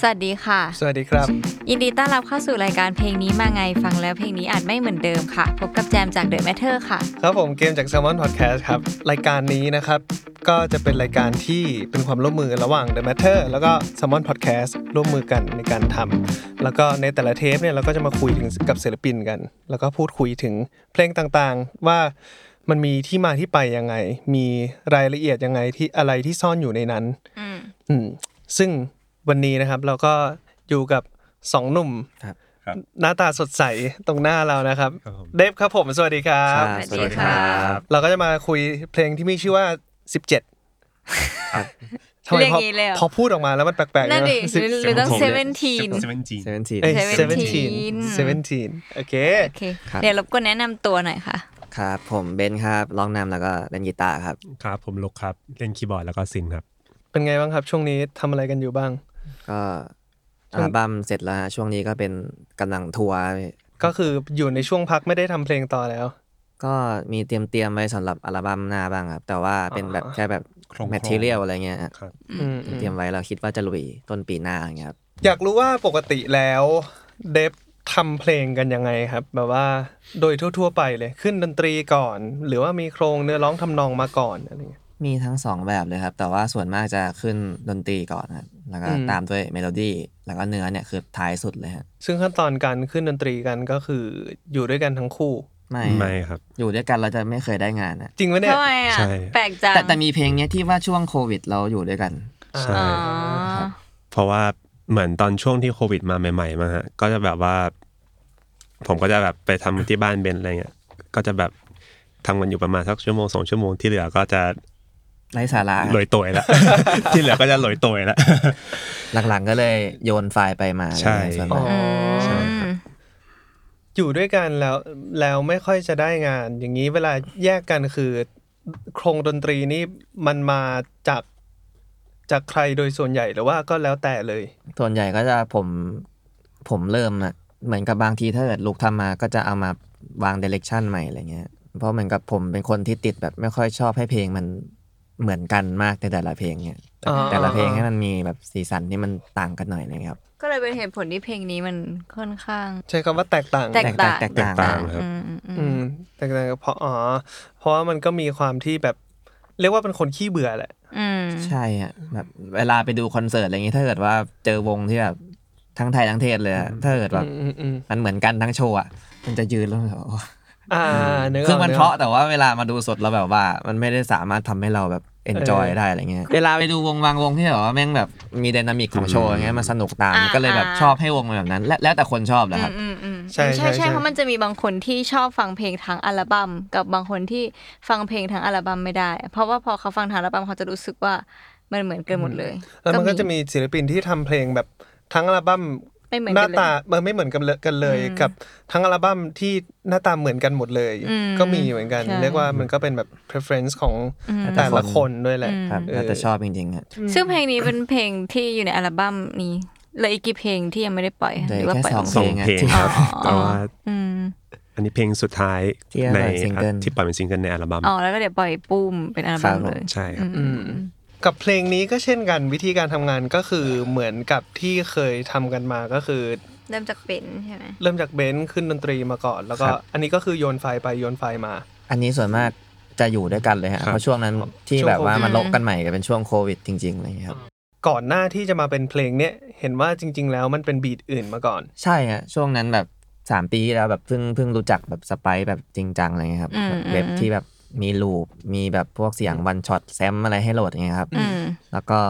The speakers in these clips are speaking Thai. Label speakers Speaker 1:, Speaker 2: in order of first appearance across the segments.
Speaker 1: สวัสดีค่ะ
Speaker 2: สวัสดีครับ
Speaker 1: ยินดีต้อนรับเข้าสู่รายการเพลงนี้มาไงฟังแล้วเพลงนี้อาจไม่เหมือนเดิมค่ะ พบกับแจมจาก The Matter ค่ะ
Speaker 2: ครับผมเกมจาก Salmon Podcast ครับ รายการนี้นะครับ ก็จะเป็นรายการที่เป็นความร่วมมือระหว่าง The Matter แล้วก็ Salmon Podcast ร่วมมือกันในการทำแล้วก็ในแต่ละเทปเนี่ยเราก็จะมาคุยถึงกับศิลปินกัน แล้วก็พูดคุยถึงเพลงต่างๆ ว่ามันมีที่มาที่ไปยังไง มีรายละเอียดยังไงที่อะไรที่ซ่อนอยู่ในนั้น
Speaker 1: อืม
Speaker 2: อืมซึ่งวันนี้นะครับเราก็อยู่กับสองหนุ่ม
Speaker 3: ครับ
Speaker 4: ครับ
Speaker 2: หน้าตาสดใสตรงหน้าเรานะครับ
Speaker 3: ครับผม
Speaker 2: เดฟครับผมสวัสดีครับ
Speaker 3: ครับ
Speaker 1: สวัสดีครับ
Speaker 2: เราก็จะมาคุยเพลงที่มีชื่อว่า 17
Speaker 3: ครับ
Speaker 2: ทำไม
Speaker 1: เรียก
Speaker 2: พอ
Speaker 1: อย่างนี้เลยเหรอ
Speaker 2: พอพูดออกมาแล้วมันแปลกๆ
Speaker 1: นั่นดิ
Speaker 2: ะ
Speaker 1: หรือหรือต้อง
Speaker 3: ผมเนี่
Speaker 1: 17
Speaker 3: ย
Speaker 4: เซเวนจีน
Speaker 3: เซเว่นที
Speaker 2: เอ้ย
Speaker 1: 17
Speaker 2: 17 17 โอเค
Speaker 1: โอเค
Speaker 3: ครับ
Speaker 1: เดี๋ยวรบกวนแนะนำตัวหน่อยค่ะ
Speaker 3: ครับ ผมเบนครับร้องนำแล้วก็เล่นกีตาร์ครับ
Speaker 5: ครับผมลุกครับ เล่นคีย์บอร์ดแล้วก็ซินครับ
Speaker 2: เป็นไงบ้างครับ ช่วงนี้ทำอะไรกันอยู่บ้าง
Speaker 3: ก็อัลบั้มเสร็จแล้วฮะช่วงนี้ก็เป็นกำลังทัวร์
Speaker 2: ก็คืออยู่ในช่วงพักไม่ได้ทำเพลงต่อแล้ว
Speaker 3: ก็มีเตรียมเตรียมๆไว้สำหรับอัลบั้มหน้าบ้างครับ แต่ว่าเป็นแบบ
Speaker 2: อ๋อ
Speaker 3: แค่แบบ
Speaker 5: โครงๆ
Speaker 3: แมทเทียลอะไรเงี้ยฮะ
Speaker 5: ครับ
Speaker 2: อืม
Speaker 3: เตรียมไว้เราคิดว่าจะลุยต้นปีหน้าอย่างเงี้ยครับ
Speaker 2: อยากรู้ว่าปกติแล้วเดฟทำเพลงกันยังไงครับ แบบว่าโดยทั่ว ๆ ไปเลยขึ้นดนตรีก่อน หรือว่ามีโครงเนื้อร้องทำนองมาก่อนอะไรเงี้ย
Speaker 3: มีทั้งสองแบบเลยครับ แต่ว่าส่วนมากจะขึ้นดนตรีก่อนครับแล้วก็
Speaker 2: อืม
Speaker 3: ตามด้วยเมโลดี้แล้วก็เนื้อเนี่ยคือท้ายสุดเลยฮะ
Speaker 2: ซึ่งขั้นตอนการขึ้นดนตรีกันก็คืออยู่ด้วยกันทั้งคู่
Speaker 3: ไม่
Speaker 5: ไม่ครับ
Speaker 3: อยู่ด้วยกันเราจะไม่เคยได้งานนะ
Speaker 2: จริงไหมเนี่ย
Speaker 1: ทำไมอ่ะ
Speaker 5: ใช่
Speaker 1: แปลกจัง
Speaker 3: แต่แต่มีเพลงเนี้ยที่ว่าช่วงโควิด เราอยู่ด้วยกัน
Speaker 2: อ่า
Speaker 5: ใช่
Speaker 1: อ๋อ
Speaker 5: เพราะว่าเหมือนตอนช่วงที่โควิดมาใหม่ๆมาฮะก็จะแบบว่า ผมก็จะแบบไปทำที่บ้านเบนอะไรเงี้ยก็จะแบบทำกันอยู่ประมาณสักชั่วโมงสองชั่วโมงที่เหลือก็จะ
Speaker 3: ไร้สาระ
Speaker 5: ลอยตัวแล้ว ที่เหลือก็จะลอยตัวแล้ว
Speaker 3: หลังๆก็เลยโยนไฟล์ไปมา
Speaker 5: ใช่
Speaker 3: ส่วน
Speaker 2: อ๋
Speaker 3: มา
Speaker 2: อก อ
Speaker 5: ใช่ครับ
Speaker 2: อยู่ด้วยกันแล้วแล้วไม่ค่อยจะได้งาน อย่างนี้เวลาแยกกันคือโครงดนตรีนี่มันมาจากจากใครโดยส่วนใหญ่หรือว่าก็แล้วแต่เลย
Speaker 3: ส่วนใหญ่ก็จะผมผมเริ่มนะเหมือนกับบางทีถ้าเกิดลูกทำมาก็จะเอามาวางเดเรคชันใหม่อะไรเงี้ย เพราะเหมือนกับผมเป็นคนที่ติดแบบไม่ค่อยชอบให้เพลงมันเหมือนกันมากในแต่ละเพลงเนี่ย
Speaker 2: อ๋อ
Speaker 3: แต่ละเพลงให้มันมีแบบสีสันที่มันต่างกันหน่อยนะครับ
Speaker 1: ก็เลยเป็นเหตุผลที่เพลงนี้มันค่อนข้าง
Speaker 2: ใช้คำว่าแตกต่าง
Speaker 1: แตกต่าง
Speaker 3: แตก
Speaker 5: แต
Speaker 3: ต่าก ง
Speaker 5: ต่าง
Speaker 3: นะ
Speaker 5: ครับ
Speaker 1: อืมอืมอืม
Speaker 2: อืมแตกต่างเพราะอ๋อเพราะว่ามันก็มีความที่แบบ เรียกว่าเป็นคนขี้เบื่อแหละ
Speaker 1: อืม
Speaker 3: ใช่ฮะแบบเวลาไปดูคอนเสิร์ตอะไรเงี้ยถ้าเกิดว่าเจอวงที่แบบทั้งไทยทั้งเทศเลยอะถ้าเกิดแบบ
Speaker 2: อืมอืม
Speaker 3: มันเหมือนกันทั้งโชว์อะมันจะ ยืนแล้วมันแบบโอ้
Speaker 2: อ่านึกก
Speaker 3: ซึ่งมัน
Speaker 2: ก
Speaker 3: เพราะแต่ว่าเวลามาดูสดเราแบบว่า มันไม่ได้สามารถทำให้เราแบบเอนจอยได้อะไรเงี้ย เวลาไปดูวงบางวงที่แบบว่าแม่งแบบมีไดนามิกของโชว์อย่างเงี้ยมันสนุกตาม
Speaker 1: อ่า
Speaker 3: ก็เลยแบบ
Speaker 1: อ่า
Speaker 3: ชอบให้วงมันแบบนั้น และแล้วแต่คนชอบแหละครับ
Speaker 1: อืมอืมอืม
Speaker 2: ใช่
Speaker 1: ใช่ใช่เพราะมันจะมีบางคนที่ชอบฟังเพลงทั้งอัลบั้มกับบางคนที่ฟังเพลงทั้งอัลบั้มไม่ได้ เพราะว่าพอเขาฟังทั้งอัลบั้มเขาจะรู้สึกว่ามันเหมือนกันหมดเลย
Speaker 2: แล้วมันก็จะมีศิลปินที่ทำเพลงแบบทั้งอัลบั้ม
Speaker 1: ไม่เหมือน
Speaker 2: หน้า
Speaker 1: กันเลย
Speaker 2: ตามันไม่เหมือนกันเลยกันเลย
Speaker 1: อืม
Speaker 2: กับทั้งอัลบั้มที่หน้าตาเหมือนกันหมดเลย
Speaker 1: อืม
Speaker 2: ก็มีเหมือนกัน
Speaker 1: ใช่
Speaker 2: เรียกว่ามันก็เป็นแบบ preference ของ
Speaker 1: อืม
Speaker 2: แต่ละ
Speaker 3: แต่ละ
Speaker 2: ค
Speaker 3: คนน
Speaker 2: ด้วยแหละ
Speaker 1: อืม
Speaker 3: ครับแล้วแต่ชอบจริงๆฮะ
Speaker 1: ซึ่งเพลงนี้เป็นเพลงที่อยู่ในอัลบั้มนี้เหลยอีกกี่เพลงที่ยังไม่ได้ปล่อย
Speaker 3: เล
Speaker 1: ห
Speaker 3: ย
Speaker 1: รือว่า
Speaker 3: แค่
Speaker 1: ปล่อย
Speaker 3: สอง
Speaker 5: สองเพลง
Speaker 3: เพลงอะที่
Speaker 5: ครับ แต่ว่า
Speaker 1: อืม
Speaker 5: อันนี้เพลงสุดท้าย
Speaker 3: ที่เอา
Speaker 5: ใน
Speaker 3: มาซิงเกิล
Speaker 5: ที่ปล่อยเป็นซิงเกิลในอัลบั้ม
Speaker 1: อ๋อแล้วก็เดี๋ยวปล่อยปุ้มเป็นอัลบั้มเลย
Speaker 5: ใช่ครับ
Speaker 2: อืมกับเพลงนี้ก็เช่นกันวิธีการทำงานก็คือเหมือนกับที่เคยทำกันมาก็คือ
Speaker 1: เริ่มจากเป็นใช่ไหม
Speaker 2: เริ่มจากเบนซ์ขึ้นดนตรีมาก่อน แล้วก็
Speaker 5: ครับ
Speaker 2: อันนี้ก็คือโยนไฟล์ไปโยนไฟล์มา
Speaker 3: อันนี้ส่วนมากจะอยู่ด้วยกันเลยฮะเพราะช่วงนั้นที่
Speaker 2: ช่วง
Speaker 3: แบบว่า
Speaker 1: โควิด
Speaker 3: มันลบกันใหม่ก็เป็นช่วงโควิดจริงๆอะไรเงี้ยครับ
Speaker 2: ก่อนหน้าที่จะมาเป็นเพลงเนี้ยเห็นว่าจริง ๆ แล้วมันเป็นบีทอื่นมาก่อน
Speaker 3: ใช่ฮะช่วงนั้นแบบสามปีที่แล้วแบบเพิ่งเพิ่งรู้จักแบบสไปซ์แบบจริงจังอะไรเงี้ยครับ
Speaker 1: อืมอืม
Speaker 3: เว็บที่แบบมีลูปมีแบบพวกเสียงวันช็อตแซมอะไรให้โหลดอย่างเงี้ยครับ
Speaker 1: อืม
Speaker 3: แล้วก็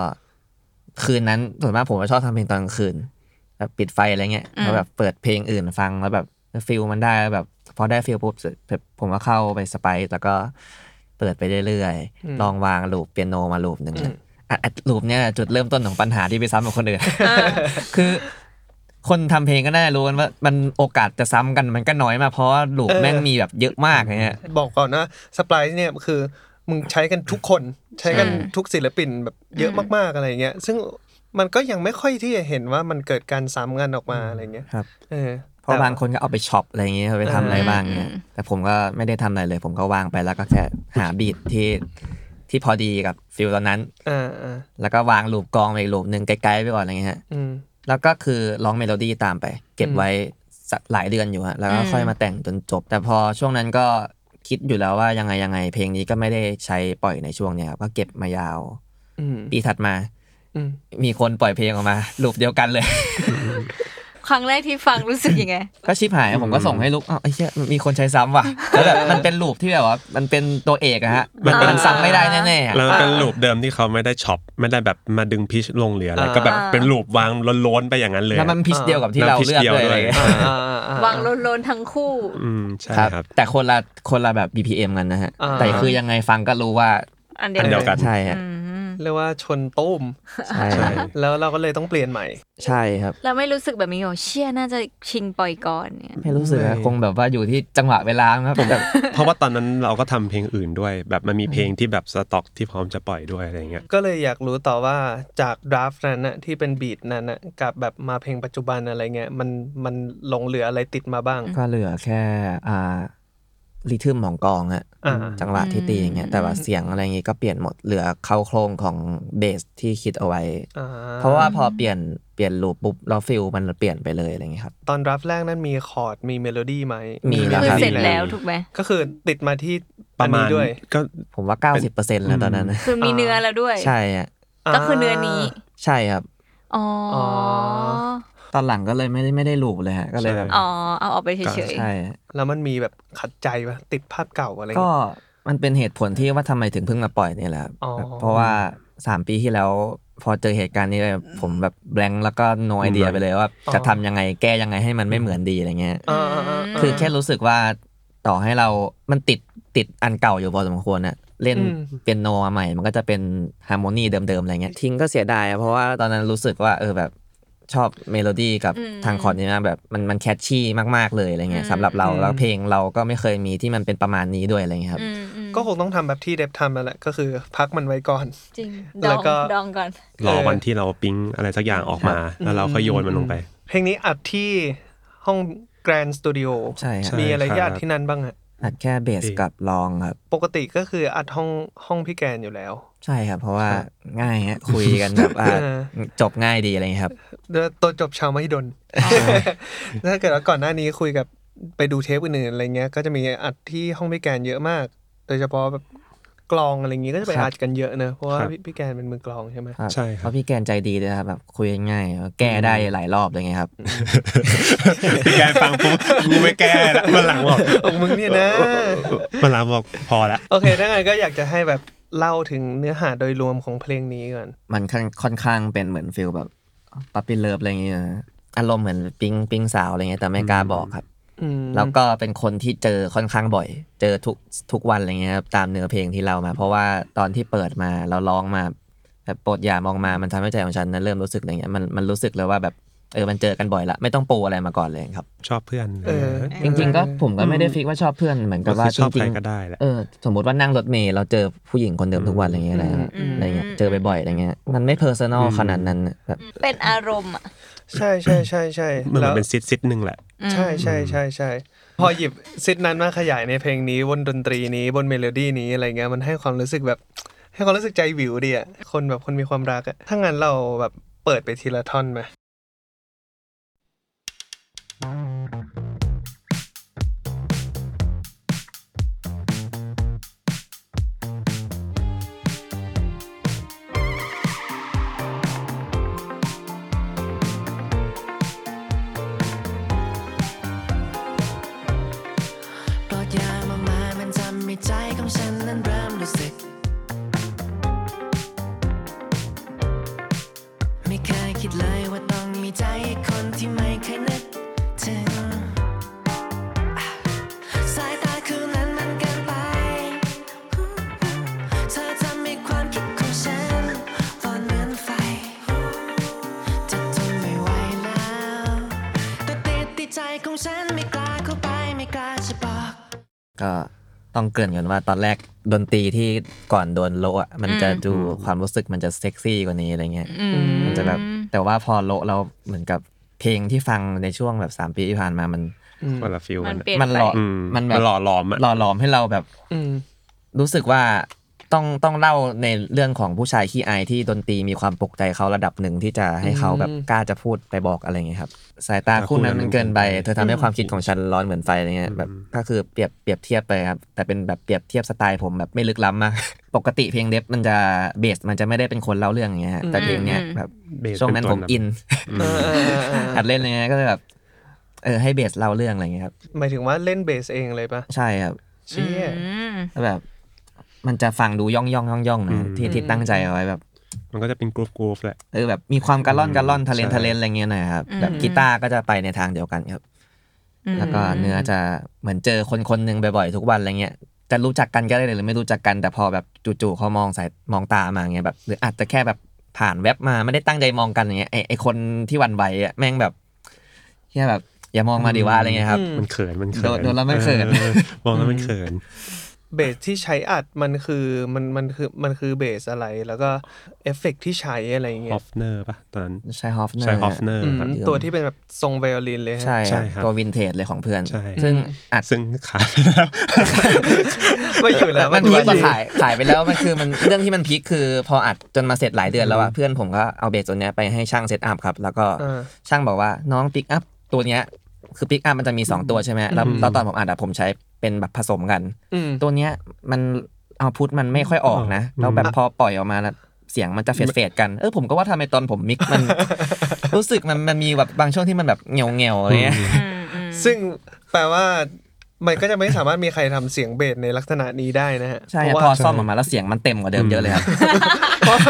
Speaker 3: คืนนั้นส่วนมากผมก็ชอบทำเพลงตอนกลางคืน แบบปิดไฟอะไรเงี้ย
Speaker 1: อืม
Speaker 3: แล้วแบบเปิดเพลงอื่นฟังแล้วแบบฟิลมันได้แล้วแบบพอได้ฟิลปุ๊บเสร็จผมก็เข้าไปสไปซ์แล้วก็เปิดไปเรื่อย
Speaker 2: อืม
Speaker 3: ๆลองวางลูปเปียโนมาลูปหนึ่งนะอ่ะอ่ะลูปเนี่ยจุดเริ่มต้นของปัญหาที่ไปซ้ำกับคน อื่น คือคนทำเพลงก็น่าจะรู้กันว่ามันโอกาสจะซ้ำกันมันก็น้อยมากเพราะว่าลูปแม่งมีแบบเยอะมากเลยฮะ
Speaker 2: บอกก่อนนะสปายเนี่ยคือมึงใช้กันทุกคนใช้กัน
Speaker 1: ใช่
Speaker 2: ทุกศิลปินแบบเยอะมากๆอะไรอย่างเงี้ยซึ่ง มันก็ยังไม่ค่อยที่จะเห็นว่ามันเกิดการซ้ำกันออกมาอะไรเงี้ย
Speaker 3: ครับ
Speaker 2: เออ
Speaker 3: เพราะ
Speaker 2: แต่ว่
Speaker 3: บางคนก็เอาไปช็อปอะไรอย่างเงี้ยเอาไปทำอะไรบ้าง
Speaker 1: อื
Speaker 3: เนี่ย
Speaker 1: ม
Speaker 3: แต่ผมก็ไม่ได้ทำอะไรเลย ผมก็วางไปแล้วก็แค่หาบีทที่ที่พอดีกับฟิลตอนนั้น
Speaker 2: อ่าอ่า
Speaker 3: แล้วก็วางลูปกลองไปอีกลูปหนึ่งไกลๆไปก่อนอะไรเงี้ยฮะ
Speaker 2: อืม
Speaker 3: แล้วก็คือร้องเมโลดี้ตามไป เก็บ
Speaker 2: อืม
Speaker 3: ไว้สักหลายเดือนอยู่ฮะแล้วก็
Speaker 1: อืม
Speaker 3: ค่อยมาแต่งจนจบ แต่พอช่วงนั้นก็คิดอยู่แล้วว่ายังไงยังไง เพลงนี้ก็ไม่ได้ใช้ปล่อยในช่วงเนี้ยครับก็เก็บมายาว
Speaker 2: อืม
Speaker 3: ปีถัดมา
Speaker 2: อืม
Speaker 3: มีคนปล่อยเพลงออกมาลูปเดียวกันเลย
Speaker 1: ครั้งแรกที่ฟังรู้สึกยังไง
Speaker 3: ก็ชิบหายผมก็ส่งให้ลูกอ้าวไอ้เชี่ยมีคนใช้ซ้ำ ว่ะแล้วแบบมันเป็นลูปที่แบบว่า มันเป็นตัวเอกอะฮะ
Speaker 5: มันเป็น
Speaker 3: มันซ้ำไม่ได้แน่ๆอะ
Speaker 5: แล้วมันเป็นลูปเดิมที่เขาไม่ได้ช็อปไม่ได้แบบมาดึงพิชลงเหลืออะไรก็แบบ
Speaker 1: อ่า
Speaker 5: เป็นลูปวางล้นๆไปอย่างนั้นเลย
Speaker 3: แล้ว
Speaker 5: อะ
Speaker 3: มันพิชเดียวกับที่
Speaker 5: แล้ว
Speaker 3: เรา
Speaker 5: พิช
Speaker 3: เลือก
Speaker 5: เดียว
Speaker 3: เล
Speaker 5: ด้
Speaker 3: ยอะไร
Speaker 5: วย
Speaker 3: เงี้ย
Speaker 2: อ่าอ่าอ่อ่
Speaker 1: วางโลนๆทั้งคู่
Speaker 5: อืมใช่
Speaker 3: ครับ
Speaker 5: ครับ
Speaker 3: แต่คนละคนละแบบ BPM กันนะฮะ
Speaker 2: อ่า
Speaker 3: แต่คือยังไงฟังก็รู้ว่า
Speaker 1: อันเดียว
Speaker 5: อันเดียวกัน
Speaker 3: ใช่ฮะ
Speaker 1: อืม
Speaker 2: เรียกว่าชนตุ้ม
Speaker 3: ใช่
Speaker 5: ใช่
Speaker 2: แล้วเราก็เลยต้องเปลี่ยนใหม่
Speaker 3: ใช่ครับ
Speaker 1: แล้วไม่รู้สึกแบบนี้หรอเชี่ยน่าจะชิงปล่อยก่อนเนี่ย
Speaker 3: ไม่รู้สึกอะ
Speaker 5: ไม่
Speaker 3: คงแบบว่าอยู่ที่จังหวะเวลาครับแบบ
Speaker 5: เพราะว่าตอนนั้นเราก็ทำเพลงอื่นด้วย แบบมันมีเพลงที่แบบสต็อกที่พร้อมจะปล่อยด้วยอะไรอย่างเงี้ย
Speaker 2: ก็เลยอยากรู้ต่อว่าจากดราฟนั้นน่ะที่เป็นบีทนั้นน่ะกับแบบมาเพลงปัจจุบันอะไรเงี้ยมันมันหลงเหลืออะไรติดมาบ้าง
Speaker 3: ก็เหลือแค่อ่าริทึมของกลองฮะ
Speaker 2: อ่า
Speaker 3: จังหวะที่ตีอย่างเงี้ยแต่ว่าเสียงอะไรอย่างงี้ก็เปลี่ยนหมดเหลือเข้าโครงของเบสที่คิดเอาไว้
Speaker 2: อ่า
Speaker 3: เพราะว่าพอเปลี่ยนเปลี่ยนรูปปุ๊บเราฟิลมันเปลี่ยนไปเลยอะไรอย่างเงี้ยครับ
Speaker 2: ตอนดราฟแรกนั้นมีคอร์ดมีเมโลดี้ไหม
Speaker 3: มีแล้
Speaker 1: คือ
Speaker 3: ครับ
Speaker 1: เสร็จแล้วถูกไหม
Speaker 2: ก็คือติดมาที่
Speaker 5: ป
Speaker 2: อั
Speaker 5: ระ
Speaker 2: น
Speaker 5: มา
Speaker 2: นี้
Speaker 5: ณ
Speaker 2: ด้วย
Speaker 5: ก็
Speaker 3: ผมว่า 90%แล้วตอนนั้นนะ
Speaker 1: คือมีเนื้อแล้วด้วย
Speaker 3: ใช่อะ
Speaker 1: ก็คือเนื้อนี้
Speaker 3: ใช่ครับ
Speaker 1: อ๋ออ๋อ
Speaker 3: ตอนหลังก็เลยไม่ได้ไม่ได้รูปเลยฮะก็เลยแบบ
Speaker 5: ใช่
Speaker 1: อ๋อเอาออกไปเฉย
Speaker 3: ใช่ฮะ
Speaker 2: แล้วมันมีแบบขัดใจปะติดภาพเก่าอะไร
Speaker 3: ก็
Speaker 2: เงี้ย
Speaker 3: มันเป็นเหตุผลที่ว่าทำไมถึงเพิ่งมาปล่อยเนี่ยแหละครับ
Speaker 2: อ๋อ
Speaker 3: เพราะว่า 3 ปีที่แล้วพอเจอเหตุการณ์นี้เลยผมแบบแบงค์แล้วก็โนไอเดียไปเลยว่าจะทำยังไงแก้ยังไงให้มันไม่เหมือนดีอะไรเงี้ย
Speaker 2: อ่าอ่าอ่าา
Speaker 3: คือแค่รู้สึกว่าต่อให้เรา มันติดติดอันเก่าอยู่พอสมควรนะเล่น
Speaker 2: อืม
Speaker 3: เปียโนมาใหม่ มันก็จะเป็นฮาร์โมนีเดิมๆอะไรเงี้ย ทิ้งก็เสียดายอะเพราะว่าตอนนั้นรู้สึกว่าเออแบบชอบเมโลดี้กับทางคอร์ดนี้มากแบบมันมันแคชชี่มากๆเลยอะไรเงี้ยสำหรับเราแล้วเพลงเราก็ไม่เคยมีที่มันเป็นประมาณนี้ด้วยอะไรเงี้ยค
Speaker 1: ๆ
Speaker 3: รับ
Speaker 1: อืมอืม
Speaker 2: ก็คงต้องทำแบบที่เดฟทำนั่นแหละก็คือพักมันไว้ก่อน
Speaker 1: จริงด
Speaker 2: แล้
Speaker 1: อ
Speaker 2: ว
Speaker 1: ง
Speaker 2: ก็
Speaker 1: ดองก่อน
Speaker 5: รอวันที่เราปิ๊งอะไรสักอย่างออกมา แล้วเราก็โยนมันลงไป
Speaker 2: เพลงนี้อัดที่ห้องแกรนด์สตูดิโอ
Speaker 3: ใช่ครับ
Speaker 2: มีอะไร
Speaker 5: ใช่ค
Speaker 2: ที่
Speaker 5: รับ
Speaker 2: อัดที่นั่นบ้างอะ
Speaker 3: อัดแค่เบสกับลองครับ
Speaker 2: ปกติก็คืออัดห้องห้องพี่แกรนอยู่แล้ว
Speaker 3: ใช่ครับ เพราะว่าง่ายฮะคุยกันแบบว่า
Speaker 2: เออ
Speaker 3: จบง่ายดีอะไรเงี้ยครับ
Speaker 2: ตัวจบชาวไม่ดน ถ้าเกิดว่าก่อนหน้านี้คุยกับไปดูเทปอื่นๆอะไรเงี้ย ก็จะมีอัดที่ห้องพี่แกรนเยอะมาก โดยเฉพาะแบบกลองอะไรเงี้ยก็จะไป
Speaker 3: ครับ
Speaker 2: อัดกันเยอะเนอะเพราะว่า
Speaker 5: ครับ
Speaker 2: พี่พี่แกรนเป็นมือกลองใช่ไหม
Speaker 3: ครับ
Speaker 5: ใช่ครับ
Speaker 3: เพราะพี่แกนใจดีด้วยครับแบบคุยง่ายแก้ได้หลายรอบอะไรเงี้ยครับ
Speaker 5: พี่แกฟังปุ๊บกูไม่แก้ละมันหลังบอก
Speaker 2: ของมึงเนี่ย นะ
Speaker 5: มันหลังบอกพอละ
Speaker 2: โอเคถ้าไงนก็อยากจะให้แบบเล่าถึงเนื้อหาโดยรวมของเพลงนี้ก่อน
Speaker 3: มันค่อนค่อนข้างเป็นเหมือนฟิลแบบปั๊ปปี้เลิฟอะไรอย่างเงี้ยนะอารมณ์เหมือนปิ๊งปิ๊งสาวอะไรเงี้ยแต่ไม่กล้าบอกครับ
Speaker 2: อืม
Speaker 3: แล้วก็เป็นคนที่เจอค่อนข้างบ่อย เจอทุกทุกวันอะไรเงี้ยครับตามเนื้อเพลงที่เรามา เพราะว่าตอนที่เปิดมาเราร้องมาแบบโปรดอย่ามองมามันทำให้ใจของฉันนั้นเริ่มรู้สึกอะไรเงี้ยมันมันรู้สึกเลยว่าแบบเออมันเจอกันบ่อยละไม่ต้องปูอะไรมาก่อนเลยครับ
Speaker 5: ชอบเพื่อน
Speaker 2: เออ
Speaker 3: จริง ๆ ก็ผมก็ไม่ได้ฟิกว่าชอบเพื่อนเหมือน
Speaker 5: ก็
Speaker 3: กับ
Speaker 5: คือ
Speaker 3: ว่า
Speaker 5: ช
Speaker 3: จ
Speaker 5: อบ
Speaker 3: ริ
Speaker 5: ใครง ก็ได้แหละ
Speaker 3: ๆเออสมมติว่านั่งรถเมล์เราเจอผู้หญิงคนเดิมทุกวันอะไรเงี้ยนะ
Speaker 1: อืม
Speaker 3: อะไรเงี้ยเจอบ่อยๆอะไรเงี้ยมันไม่เพอร์ซันอลขนาดนั้นน่ะแบบ
Speaker 1: เป็นอารมณ์อ่ะ
Speaker 2: ใช่ใช่ใช่ใช่
Speaker 5: มันเหมื
Speaker 2: แล้
Speaker 5: อ
Speaker 2: ว
Speaker 5: นเป็นซิดซิดหนึ่งแหละ
Speaker 2: ใช่ใช่ใช่ใช่พอหยิบซิดนั้นมาขยายในเพลงนี้บนดนตรีนี้บนเมโลดี้นี้อะไรเงี้ยมันให้ความรู้สึกแบบ ให้ความรู้สึกใจวิวดีอะคนแบบคนมีความรักอะถ้างั้นเราแบบเปิดไปทีละท่อนไหม
Speaker 6: โปรดอย่ามาหมายมันทำให้ใจของฉันนั้นเริ่มรู้สึก ไม่เคยคิดเลยว่าต้องมีใจให้คนที่ไม่เคยนึกถึงอ่ะสายตาคืนนั้นมันเกินไป เธอทำให้ความคิดของฉันร้อนเหมือนไฟ จะทนไม่ไหวแล้วแต่ติดที่ใจของฉันไม่กล้าเข้าไปไม่กล้าจะบอก
Speaker 3: ก็ต ต้องเกริ่นกันว่าตอนแรกดนตรีที่ก่อนโดนโละอะมันจะ
Speaker 1: อืม
Speaker 3: ดูความรู้สึกมันจะเซ็กซี่กว่านี้อะไรเงี้ย
Speaker 1: อืม
Speaker 3: มันจะแบบแต่ว่าพอโละเราเหมือนกับเพลงที่ฟังในช่วงแบบสามปีที่ผ่านมามัน
Speaker 5: คนละฟิล
Speaker 1: มัน
Speaker 5: อะ
Speaker 1: เปลี่ยน
Speaker 3: มันหล่อ
Speaker 1: ไป
Speaker 5: อืม
Speaker 3: มั
Speaker 5: มัน น
Speaker 3: แบบ
Speaker 5: หล่อหลอมอะ
Speaker 3: หล่อหลอมให้เราแบบ
Speaker 2: อืม
Speaker 3: รู้สึกว่าต้องต้องเล่าในเรื่องของผู้ชายขี้อายที่ดนตรีมีความปลุกใจเขาระดับหนึ่งที่จะให้เขาแบบ
Speaker 2: อืม
Speaker 3: กล้าจะพูดไปบอกอะไรเงี้ยครับ สายตาคู่นั้นมันเกินไปเธอทำให้ความคิดของฉันร้อนเหมือนไฟอะไรเงี้ยแบบก็คือเปรียบเปรียบเทียบไปครับแต่เป็นแบบเปรียบเทียบสไตล์ผมแบบไม่ลึกล้ำมาก ปกติเพลงเด็บมันจะเบสมันจะไม่ได้เป็นคนเล่าเรื่องอย่างเงี้ยฮะแต่เพลงเนี้ยแบบ
Speaker 5: เบส
Speaker 3: ช่วงนั้น
Speaker 5: เป็
Speaker 3: ผม
Speaker 5: ตัวำ
Speaker 3: อิน
Speaker 2: เออเออเออเออ
Speaker 3: หัดเล่นอะไรเงี้ยก็เลยแบบเออให้เบสเล่าเรื่องอะไรเงี้ยครับ
Speaker 2: หมายถึงว่าเล่นเบสเองเลยปะ
Speaker 3: ใช่ครับ
Speaker 2: เชี่ย
Speaker 1: อืม
Speaker 3: แล้วแบบ มันจะฟังดูย่องย่องย่องย่องๆนะที่ที่ตั้งใจเอาไว้แบบ
Speaker 5: มันก็จะเป็นกรูฟกรูฟแหละ
Speaker 3: เออแบบมีความกระล่อนกระล่อนทะเลน
Speaker 5: ใช่
Speaker 3: ทะเลนอะไรเงี้ยหน่อยครับ
Speaker 1: อืม
Speaker 3: แบบกีตาร์ก็จะไปในทางเดียวกันครับ แล้วก็เนื้อจะเหมือนเจอคนคนหนึ่งบ่อยๆทุกวันอะไรเงี้ยจะรู้จักกันก็ได้หรือไม่รู้จักกัน แต่พอแบบจู่ๆเขามองสายมองตามาเงี้ยแบบ หรืออาจจะแค่แบบผ่านแว็บมาไม่ได้ตั้งใจมองกันอย่างเงี้ยไอไอคนที่หวันไหวอะแม่งแบบแค่แบบอย่ามองมาดีว่าอะไรเงี้ยครับ
Speaker 5: มันเขินมันเขิ
Speaker 3: โดนโดนแล้วมันเขิน
Speaker 5: ออมองแล้วมันเขิน
Speaker 2: เบสที่ใช้อัดมันคือมันมันคือมันคือเบสอะไร แล้วก็เอฟเฟกต์ที่ใช้อะไรอย่าง
Speaker 5: ฮ
Speaker 2: เงี้
Speaker 5: อย ฟเนอร์ป่ะตอนนั้น
Speaker 3: ใช่ฮอฟเนอร์
Speaker 5: ใช่ฮอฟเนอร์
Speaker 2: อืม
Speaker 5: ครับ
Speaker 2: ตัวที่เป็นแบบทรงไวโอลินเลยฮะ
Speaker 3: ใช่
Speaker 5: ใช่
Speaker 3: ค
Speaker 5: ค
Speaker 3: รับ
Speaker 5: รับ
Speaker 3: ตัววินเทจเลยของเพื่อน
Speaker 5: ใช่
Speaker 3: ซึ่งอัด
Speaker 5: ซึ่งขายไปแล้ว
Speaker 2: ไม่อยู่แล้ว
Speaker 3: มันพีคกว่า
Speaker 2: ดี
Speaker 3: ขายขายไปแล้วมันคือมันเรื่องที่มันพีคคือ พออัดจนมาเสร็จหลายเดือนแล้วอะเพื่อนผมก็เอาเบสตัวเนี้ยไปให้ช่างเซตอัพครับ แล้วก็
Speaker 2: อ่า
Speaker 3: ช่างบอกว่าน้องปิกอัพตัวเนี้ยคือปิกอัพมันจะมี 2 ตัวใช่ไหมแล้ว
Speaker 5: อืม
Speaker 3: แล้วตอนผมอัดอะผมใช้เป็นแบบผสมกัน
Speaker 2: อืม
Speaker 3: ตัวเนี้ยมันเอาพุทมันไม่ค่อยออกนะแล้วแบบพอปล่อยออกมาแล้วเสียงมันจะเฟดเฟดๆกันเออผมก็ว่าทำไมตอนผมมิกมัน รู้สึกมันมันมีแบบบางช่วงที่มันแบบเงียวเงียวๆอะไรเงี้ย
Speaker 1: อืมอืม
Speaker 2: ซึ่งแปลว่ามันก็จะไม่สามารถมีใครทำเสียงเบสในลักษณะนี้ได้นะฮะ
Speaker 3: ใช่
Speaker 2: เพ
Speaker 3: ครับ
Speaker 2: ราะว่า
Speaker 3: พอซ่อมออกมาแล้วเสียงมันเต็มกว่าเดิมเยอะเลยครับ
Speaker 2: เพราะว่า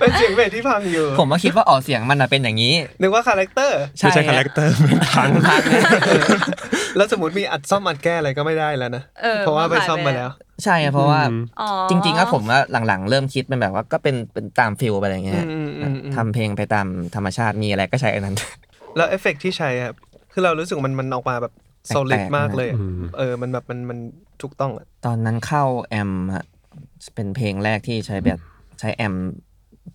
Speaker 2: เป็นเสียงเบสที่พังอยู่
Speaker 3: ผมก็คิดว่าออกเสียงมันน่ะเป็นอย่างนี้
Speaker 2: นึกว่าคาแรคเตอร์
Speaker 5: ไม่ใช่คาแรคเตอร์เป็นทาง
Speaker 3: พังนะ
Speaker 2: แล้วสมมติมีอัดซ่อมอัดแก้อะไรก็ไม่ได้แล้วนะ
Speaker 1: ออ
Speaker 2: เพราะว่าไปซ่อมมาแล้ว
Speaker 3: ใช่ครับเพราะว่า
Speaker 1: อ๋อ
Speaker 3: จริงๆก็ผมว่าหลังๆ เริ่มคิดเป็นแบบว่าก็เป็นเป็นตามฟิลไปอะไรเงี้ย
Speaker 2: อืมอืมอืม
Speaker 3: ทำเพลงไปตามธรรมชาติมีอะไรก็ใช้อันนั้น
Speaker 2: แล้วเอฟเฟกต์ที่ใช้ครับคือเรารู้สึกมันมันออกมาแบบ
Speaker 3: แปลกๆ
Speaker 2: โซลิดมาก
Speaker 3: นะ
Speaker 2: เลยอะเออมันแบบมันมันถูกต้องอะ
Speaker 3: ตอนนั้นเข้าแอมฮะเป็นเพลงแรกที่ใช้แบบใช้แอม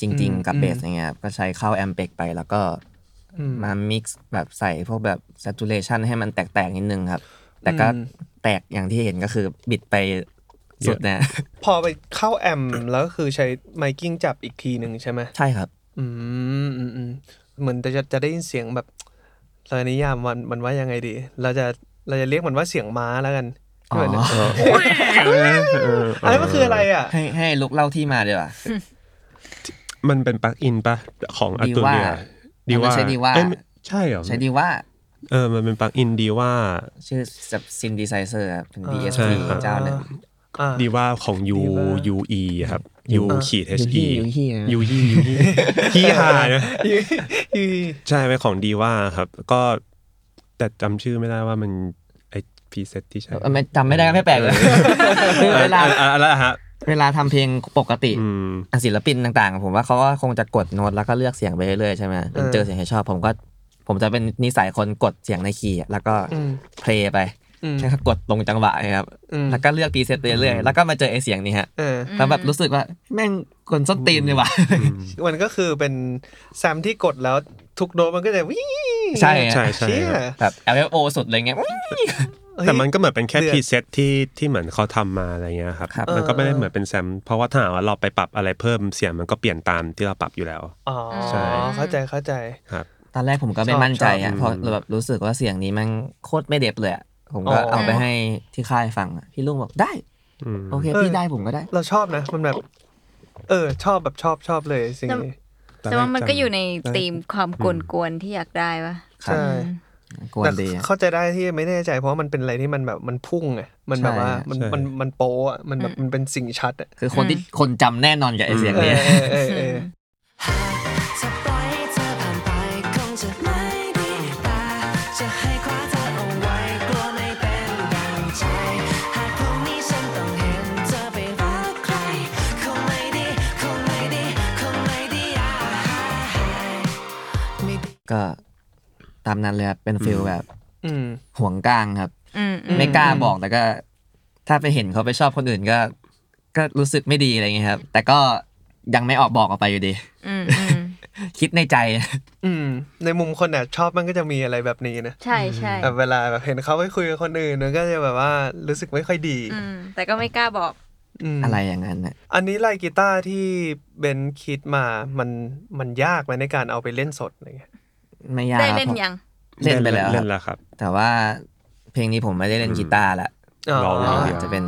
Speaker 3: จริง ๆ กับเบสอย่างเงี้ยครับก็ใช้เข้าแอมเปกไปแล้วก็
Speaker 2: อืม
Speaker 3: มามิกซ์แบบใส่พวกแบบ saturation ให้มันแตกๆนิดนึงครับ แต่ก็
Speaker 2: อืม
Speaker 3: แตกอย่างที่เห็นก็คือบิดไปสุดนะ
Speaker 2: พอไปเข้าแอมแล้วก็คือใช้ไมกิ้งจับอีกทีหนึ่งใช่ไหม
Speaker 3: ใช่ครับ
Speaker 2: อืมอืมอืมเหมือนจะจะได้ยินเสียงแบบเรานิยามมันมันว่ายังไงดี เราจะเราจะเรียกมันว่าเสียงม้าแล้วกัน
Speaker 3: อ๋อ
Speaker 2: เหมือน
Speaker 5: เออโอ้ยเออ
Speaker 2: อันนั้นมันคืออะไรอ่ะ
Speaker 3: ให้ให้ลุกเล่าที่มาดีกว่า
Speaker 5: มันเป็นปลั๊กอินป่ะ ของอัตตูเนีย
Speaker 3: ดีว่ามันไม่ใช่ดีว่า
Speaker 5: เอ้ยไม่ใช่เหรอ
Speaker 3: ใช้ดีว่า
Speaker 5: เออมันเป็นปลั๊กอินดีว่า
Speaker 3: ชื่อแบบซินดิไซเซอร์เป็น
Speaker 2: อ่า
Speaker 3: DSP
Speaker 5: ใช่ครับ
Speaker 3: เจ้าหนึ่ง
Speaker 2: อ่า
Speaker 5: ดีว่าของ U
Speaker 2: ดีว่า
Speaker 5: U E ครับ U ขีด H E
Speaker 3: ยูฮีนะ
Speaker 5: U E U E ฮีฮานะ
Speaker 2: อี
Speaker 5: ใช่เป็นของดีว่าครับ ก็แต่จำชื่อไม่ได้ว่ามันไอพีเซตที่ใช้
Speaker 3: เออไม่จำไม่ได้ก็ไม่แปลกเลยคือเวลา
Speaker 5: อ่ะอ่ะอะไรฮะ
Speaker 3: เวลาทำเพลงปกติ
Speaker 5: อืม
Speaker 3: อ่ะศิลปินต่างๆ ผมว่าเขาก็คงจะกดโน้ตแล้วก็เลือกเสียงไปเรื่อยๆใช่ไหมจนเจอเสียงที่ชอบผมก็ผมจะเป็นนิสัยคนกดเสียงในคีย์อะแล้วก็
Speaker 2: อืม
Speaker 3: เพลย์ไป
Speaker 2: อืม
Speaker 3: แค่กดลงจังหวะนะครับ
Speaker 2: อืม
Speaker 3: แล้วก็เลือกปีเซตไปเรื่อยๆแล้วก็มาเจอไอเสียงนี้ฮะ
Speaker 2: เออ
Speaker 3: แล้วแบบรู้สึกว่าแม่งกวนส้นตีนเลยว่ะ
Speaker 2: มันก็คือเป็นแซมที่กดแล้วทุกโดสมันก็จะวิ่ง
Speaker 3: ใช่
Speaker 5: ใช่ใช่
Speaker 2: เชี่ย
Speaker 3: แบบ L F O สุดเลยไง
Speaker 2: เฮ้ย
Speaker 5: แต่มันก็เหมือนเป็นแค่
Speaker 2: เลือก
Speaker 5: พรีเซตที่ที่เหมือนเขาทำมาอะไรเงี้ยครับ
Speaker 3: ครับ
Speaker 5: มันก็ไม่ได้
Speaker 2: เออ
Speaker 5: เหมือนเป็นแซม เพราะว่าถ้าหากว่าเราไปปรับอะไรเพิ่มเสียงมันก็เปลี่ยนตามที่เราปรับอยู่แล้ว
Speaker 2: อ๋อ
Speaker 5: ใช่
Speaker 2: เข้าใจเข้าใจ
Speaker 5: ครับ
Speaker 3: ตอนแรกผมก็ไม่
Speaker 2: ชอบ
Speaker 3: มั่นใจ
Speaker 5: ชอ
Speaker 3: อ่ะ
Speaker 5: บ
Speaker 3: เพราะ
Speaker 5: อืม
Speaker 3: แบบรู้สึกว่าเสียงนี้มันโคตรไม่เด็บเลยอะผมก็
Speaker 2: อ๋อ
Speaker 3: เอาไปให้ที่ค่ายฟังอะพี่ลุงบอกได้
Speaker 5: อืม
Speaker 3: โอเค
Speaker 2: เออ
Speaker 3: พี่ได้ผมก็ได้
Speaker 2: เราชอบนะมันแบบ เออ ชอบแบบชอบชอบเลยสิ่งนี้
Speaker 1: แต่ว่ามันก็อยู่ใน
Speaker 5: ตอนแรกจำ
Speaker 1: ธีมความกวนๆที่อยากได้ปะ
Speaker 3: ครับ
Speaker 2: ใช่
Speaker 3: กวนดีอะ
Speaker 2: เข้าใจได้ที่ไม่แน่ใจเพราะว่ามันเป็นอะไรที่มันแบบมันพุ่งไงมันแบบว่า
Speaker 3: ใช่
Speaker 2: มัน
Speaker 5: ใช่
Speaker 2: มันมันโป๊ะอะมันแบบมันเป็นสิ่งชัดอะ
Speaker 3: คือคนที่คนจำแน่นอนกับไอเสียง
Speaker 2: เอ
Speaker 3: นี้
Speaker 2: อเออเออเออ
Speaker 6: หากจะปล่อยให้เธอผ่านไปคงจะไม่ดีแต่จะให้คว้าเธอเอาไว้กลัวไม่เป็นดังใจ หากพรุ่งนี้ฉันต้องเห็นเธอไปรักใครคงไม่ดีคงไม่ดีคงไม่ดีอ่ะไม่ดี
Speaker 3: ก็ตามนั้นเลยครับเป็นฟิลแบบ
Speaker 2: อืม
Speaker 3: ห่วงกลางครับ
Speaker 1: อืมอืม
Speaker 3: ไม่กล้าบอกแต่ก็ ถ้าไปเห็นเขาไปชอบคนอื่นก็ ก็รู้สึกไม่ดีอะไรเงี้ยครับ แต่ก็ยังไม่ออกบอกออกไปอยู่ดี
Speaker 1: อืมอืม
Speaker 3: คิดในใจ
Speaker 2: อืม ในมุมคนอ่ะชอบมันก็จะมีอะไรแบบนี้นะ
Speaker 1: ใช่ใช่
Speaker 2: แบบเวลาแบบเห็นเขาไปคุยกับคนอื่นมันก็จะแบบว่ารู้สึกไม่ค่อยดี
Speaker 1: อืมแต่ก็ไม่กล้าบอก
Speaker 2: ม
Speaker 3: อะไรอย่างนั้นน่ะ
Speaker 2: อันนี้ลายกีตาร์ที่เบนคิดมามันมันยากไหมในการเอาไปเล่นสดอะไรเงี้ย
Speaker 3: ไม่ยาก
Speaker 1: ได้เล่น
Speaker 3: ผม
Speaker 1: ยัง
Speaker 3: เล่นไปแล้วครับ
Speaker 5: เล่นแล้วครับ
Speaker 3: แต่ว่าเพลงนี้ผมไม่ได้เล่นกีตาร์ละ
Speaker 5: ลอง
Speaker 3: ก็
Speaker 5: ย่างดี
Speaker 3: อาจ
Speaker 5: ยว
Speaker 3: จะเป็น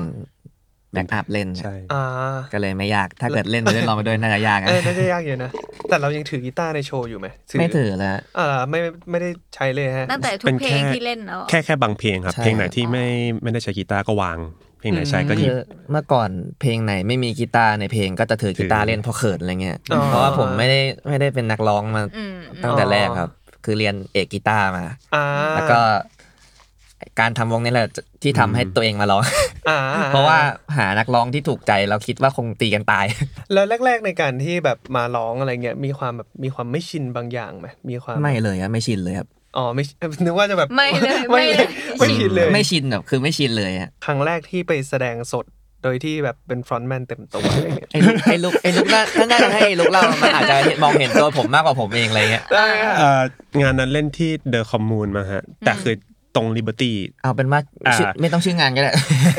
Speaker 3: แบ็กอัพเล่น
Speaker 5: ใช่
Speaker 2: อ่า
Speaker 3: ก็เลยไม่ยาก ถ้าเกิดเล่นไปด้วยลองไปด้วยน่าจะยากอะ
Speaker 2: เออน่าจะยากอยู่นะ แต่เรายังถือกีตาร์ในโชว์อยู่ไหม
Speaker 3: ไม่ถือแล้ว
Speaker 2: อ่าไม่ไม่ได้ใช้เลยฮะ
Speaker 1: ตั้งแต่ทุ
Speaker 5: เป็
Speaker 1: ก
Speaker 5: น
Speaker 1: เพล
Speaker 5: แค่
Speaker 1: งที่เล่นแล้ว
Speaker 5: แค่แค่บางเพลงครับ
Speaker 3: ใช่
Speaker 5: เพลงไหนที่ไม่ไม่ได้ใช้กีตาร์ก็วาง เพลงไหนใช้ก็ห
Speaker 3: คื
Speaker 5: ยิบ
Speaker 3: อเมื่อก่อนเพลงไหนไม่มีกีตาร์ในเพลงก็จะถือกีตาร์เล่นเพราะเขินอะไรเงี้ย
Speaker 2: อ๋อ
Speaker 3: เพราะว่าผมไม่ได้ไม่ได้เป็นนักร้องมา
Speaker 1: อืมอืม
Speaker 3: ตั้งแต่แรกครับ คือเรียนเอกกีตาร์มา
Speaker 2: อ่า
Speaker 3: แล้วก็การทำวงนี่แหละที่ทำให้ตัวเองมาร้อง
Speaker 2: อ่า
Speaker 3: เพราะว่าหานักร้องที่ถูกใจเราคิดว่าคงตีกันตาย
Speaker 2: แล้วแรก ๆ ในการที่แบบมาร้องอะไรเงี้ยมีความแบบมีความไม่ชินบางอย่างไหมมีความ
Speaker 3: ไม่เลยอะไม่ชินเลยครับ
Speaker 2: อ๋อไม่นึกว่าจะแบบ
Speaker 1: ไม่เลย
Speaker 2: ไม่
Speaker 1: ไม่
Speaker 2: เล
Speaker 1: เลย ย
Speaker 2: ไม่ชินเลย
Speaker 3: ไม่ชินแบบคือไม่ชินเลยอะ
Speaker 2: ครั้งแรกที่ไปแสดงสดโดยที่แบบเป็นฟรอนต์แมนเต็มตัวอะไรเงี้ย
Speaker 3: ไอ้ลุกไอ้ลุกไอ้ลุกน่าถ้าน่าจะให้ไอ้ลุกเล่ามันอาจจะเห็นมองเห็นตัวผมมากกว่าผมเองอะไรเงี้ย
Speaker 2: ได้อะ
Speaker 5: เอ่องานนั้นเล่นที่เดอะคอมมูนมาฮะ แต่คือตรง Liberty
Speaker 3: เอาเป็นว่าชื่อไม่ต้องชื่องานก็ได้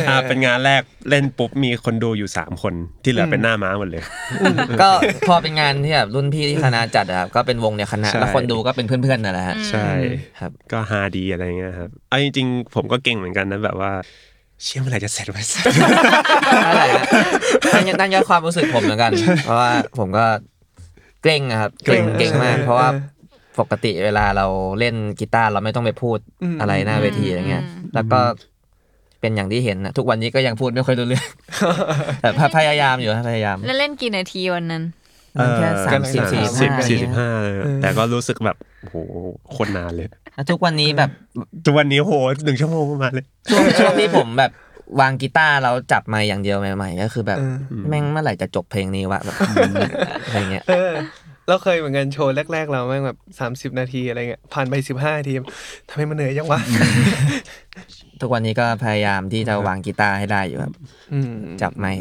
Speaker 5: อ่าเป็นงานแรกเล่นปุ๊บมีคนดูอยู่ 3 คนที่เหลือเป็นหน้าม้าหมดเลย
Speaker 3: ก็ พอเป็นงานที่แบบรุ่นพี่ที่คณะจัดอะครับก็เป็นวงเดียวคณะ
Speaker 5: ใช่
Speaker 3: แล้วคนดูก็เป็นเพื่อนๆนั่นแหละฮะ
Speaker 5: ใช่
Speaker 3: ครับ
Speaker 5: ก็ฮาดีอะไรเงี้ยครับเอาจริงๆ ผมก็เก่งเหมือนกันนะแบบว่า เชื่อเมื่อไหร่จะเสร็จไว้สัก
Speaker 3: นั่นแหละฮะนั่นนั่นก็ความรู้สึกผมเหมือนกัน เพราะว่าผมก็เกรงอะครับเกรงเกรงมาก เพราะว่าปกติเวลาเราเล่นกีตาร์เราไม่ต้องไปพูดอะไรหน้าเวทีอย่างเงี้ย แล้วก็เป็นอย่างที่เห็นนะทุกวันนี้ก็ยังพูดไม่ค่อยรู้เรื่องแต่พยพยายามอยู่ฮะพยายาม
Speaker 1: แล้วเล่นกี่นาทีวันนั้น
Speaker 3: มันแค่สามสิบสี่สิบ
Speaker 5: 30 45เลยแต่ก็รู้สึกแบบโอ้โหโคนนานเลย
Speaker 3: ทุกวันนี้แบบ
Speaker 5: ทุกวันนี้โหหนึ่งชั่วโมงประมาณเลย
Speaker 3: ช่วงช่วงที่ผมแบบวางกีตาร์แล้วจับไมาอย่างเดียวใหม่ ๆ ก็คือแบบแม่งเมื่อไหร่จะจบเพลงนี้วะแบบ อะไรเงี้ย
Speaker 2: เออเราเคยเหมือนกันโชว์แรก ๆ เราแม่งแบบ 30 นาทีอะไรเงี้ยผ่านไป 15นาทีทำไมมันเหนื่อยจัง วะ
Speaker 3: ทุกวันนี้ก็พยายามที่จะวางกีตาร์ให้ได้อยู่ครับ
Speaker 2: อืม
Speaker 3: จับไมา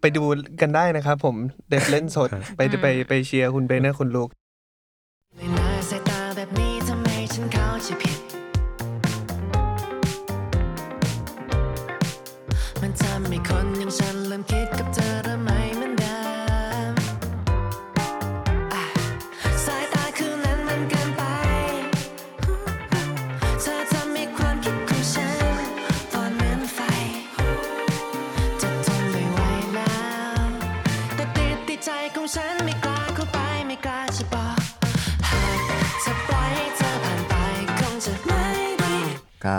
Speaker 2: ไปดูกันได้นะครับผมเด็บเล่นสด ไปไปไปเชียร์คุณเบนและคุณลูก
Speaker 6: ไม่น่าสายตาแบบนี้ทำให้ฉันเข้าใจผิด มันทำให้คนอย่างฉันเริ่มคิดกับเธอเริ่มไม่เหมือนเดิมอ่ะสายตาคืนนั้นมันเกินไป เธอทำให้ความคิดของฉันตอนเหมือนไฟ จะทนไม่ไหวแล้ว แต่ติดติดใจของฉันไม่กล้าเข้าไปไม่กล้าจะบอกหากจะปล่อยให้เธอผ่านไปคงจะไม่ดี
Speaker 3: ก็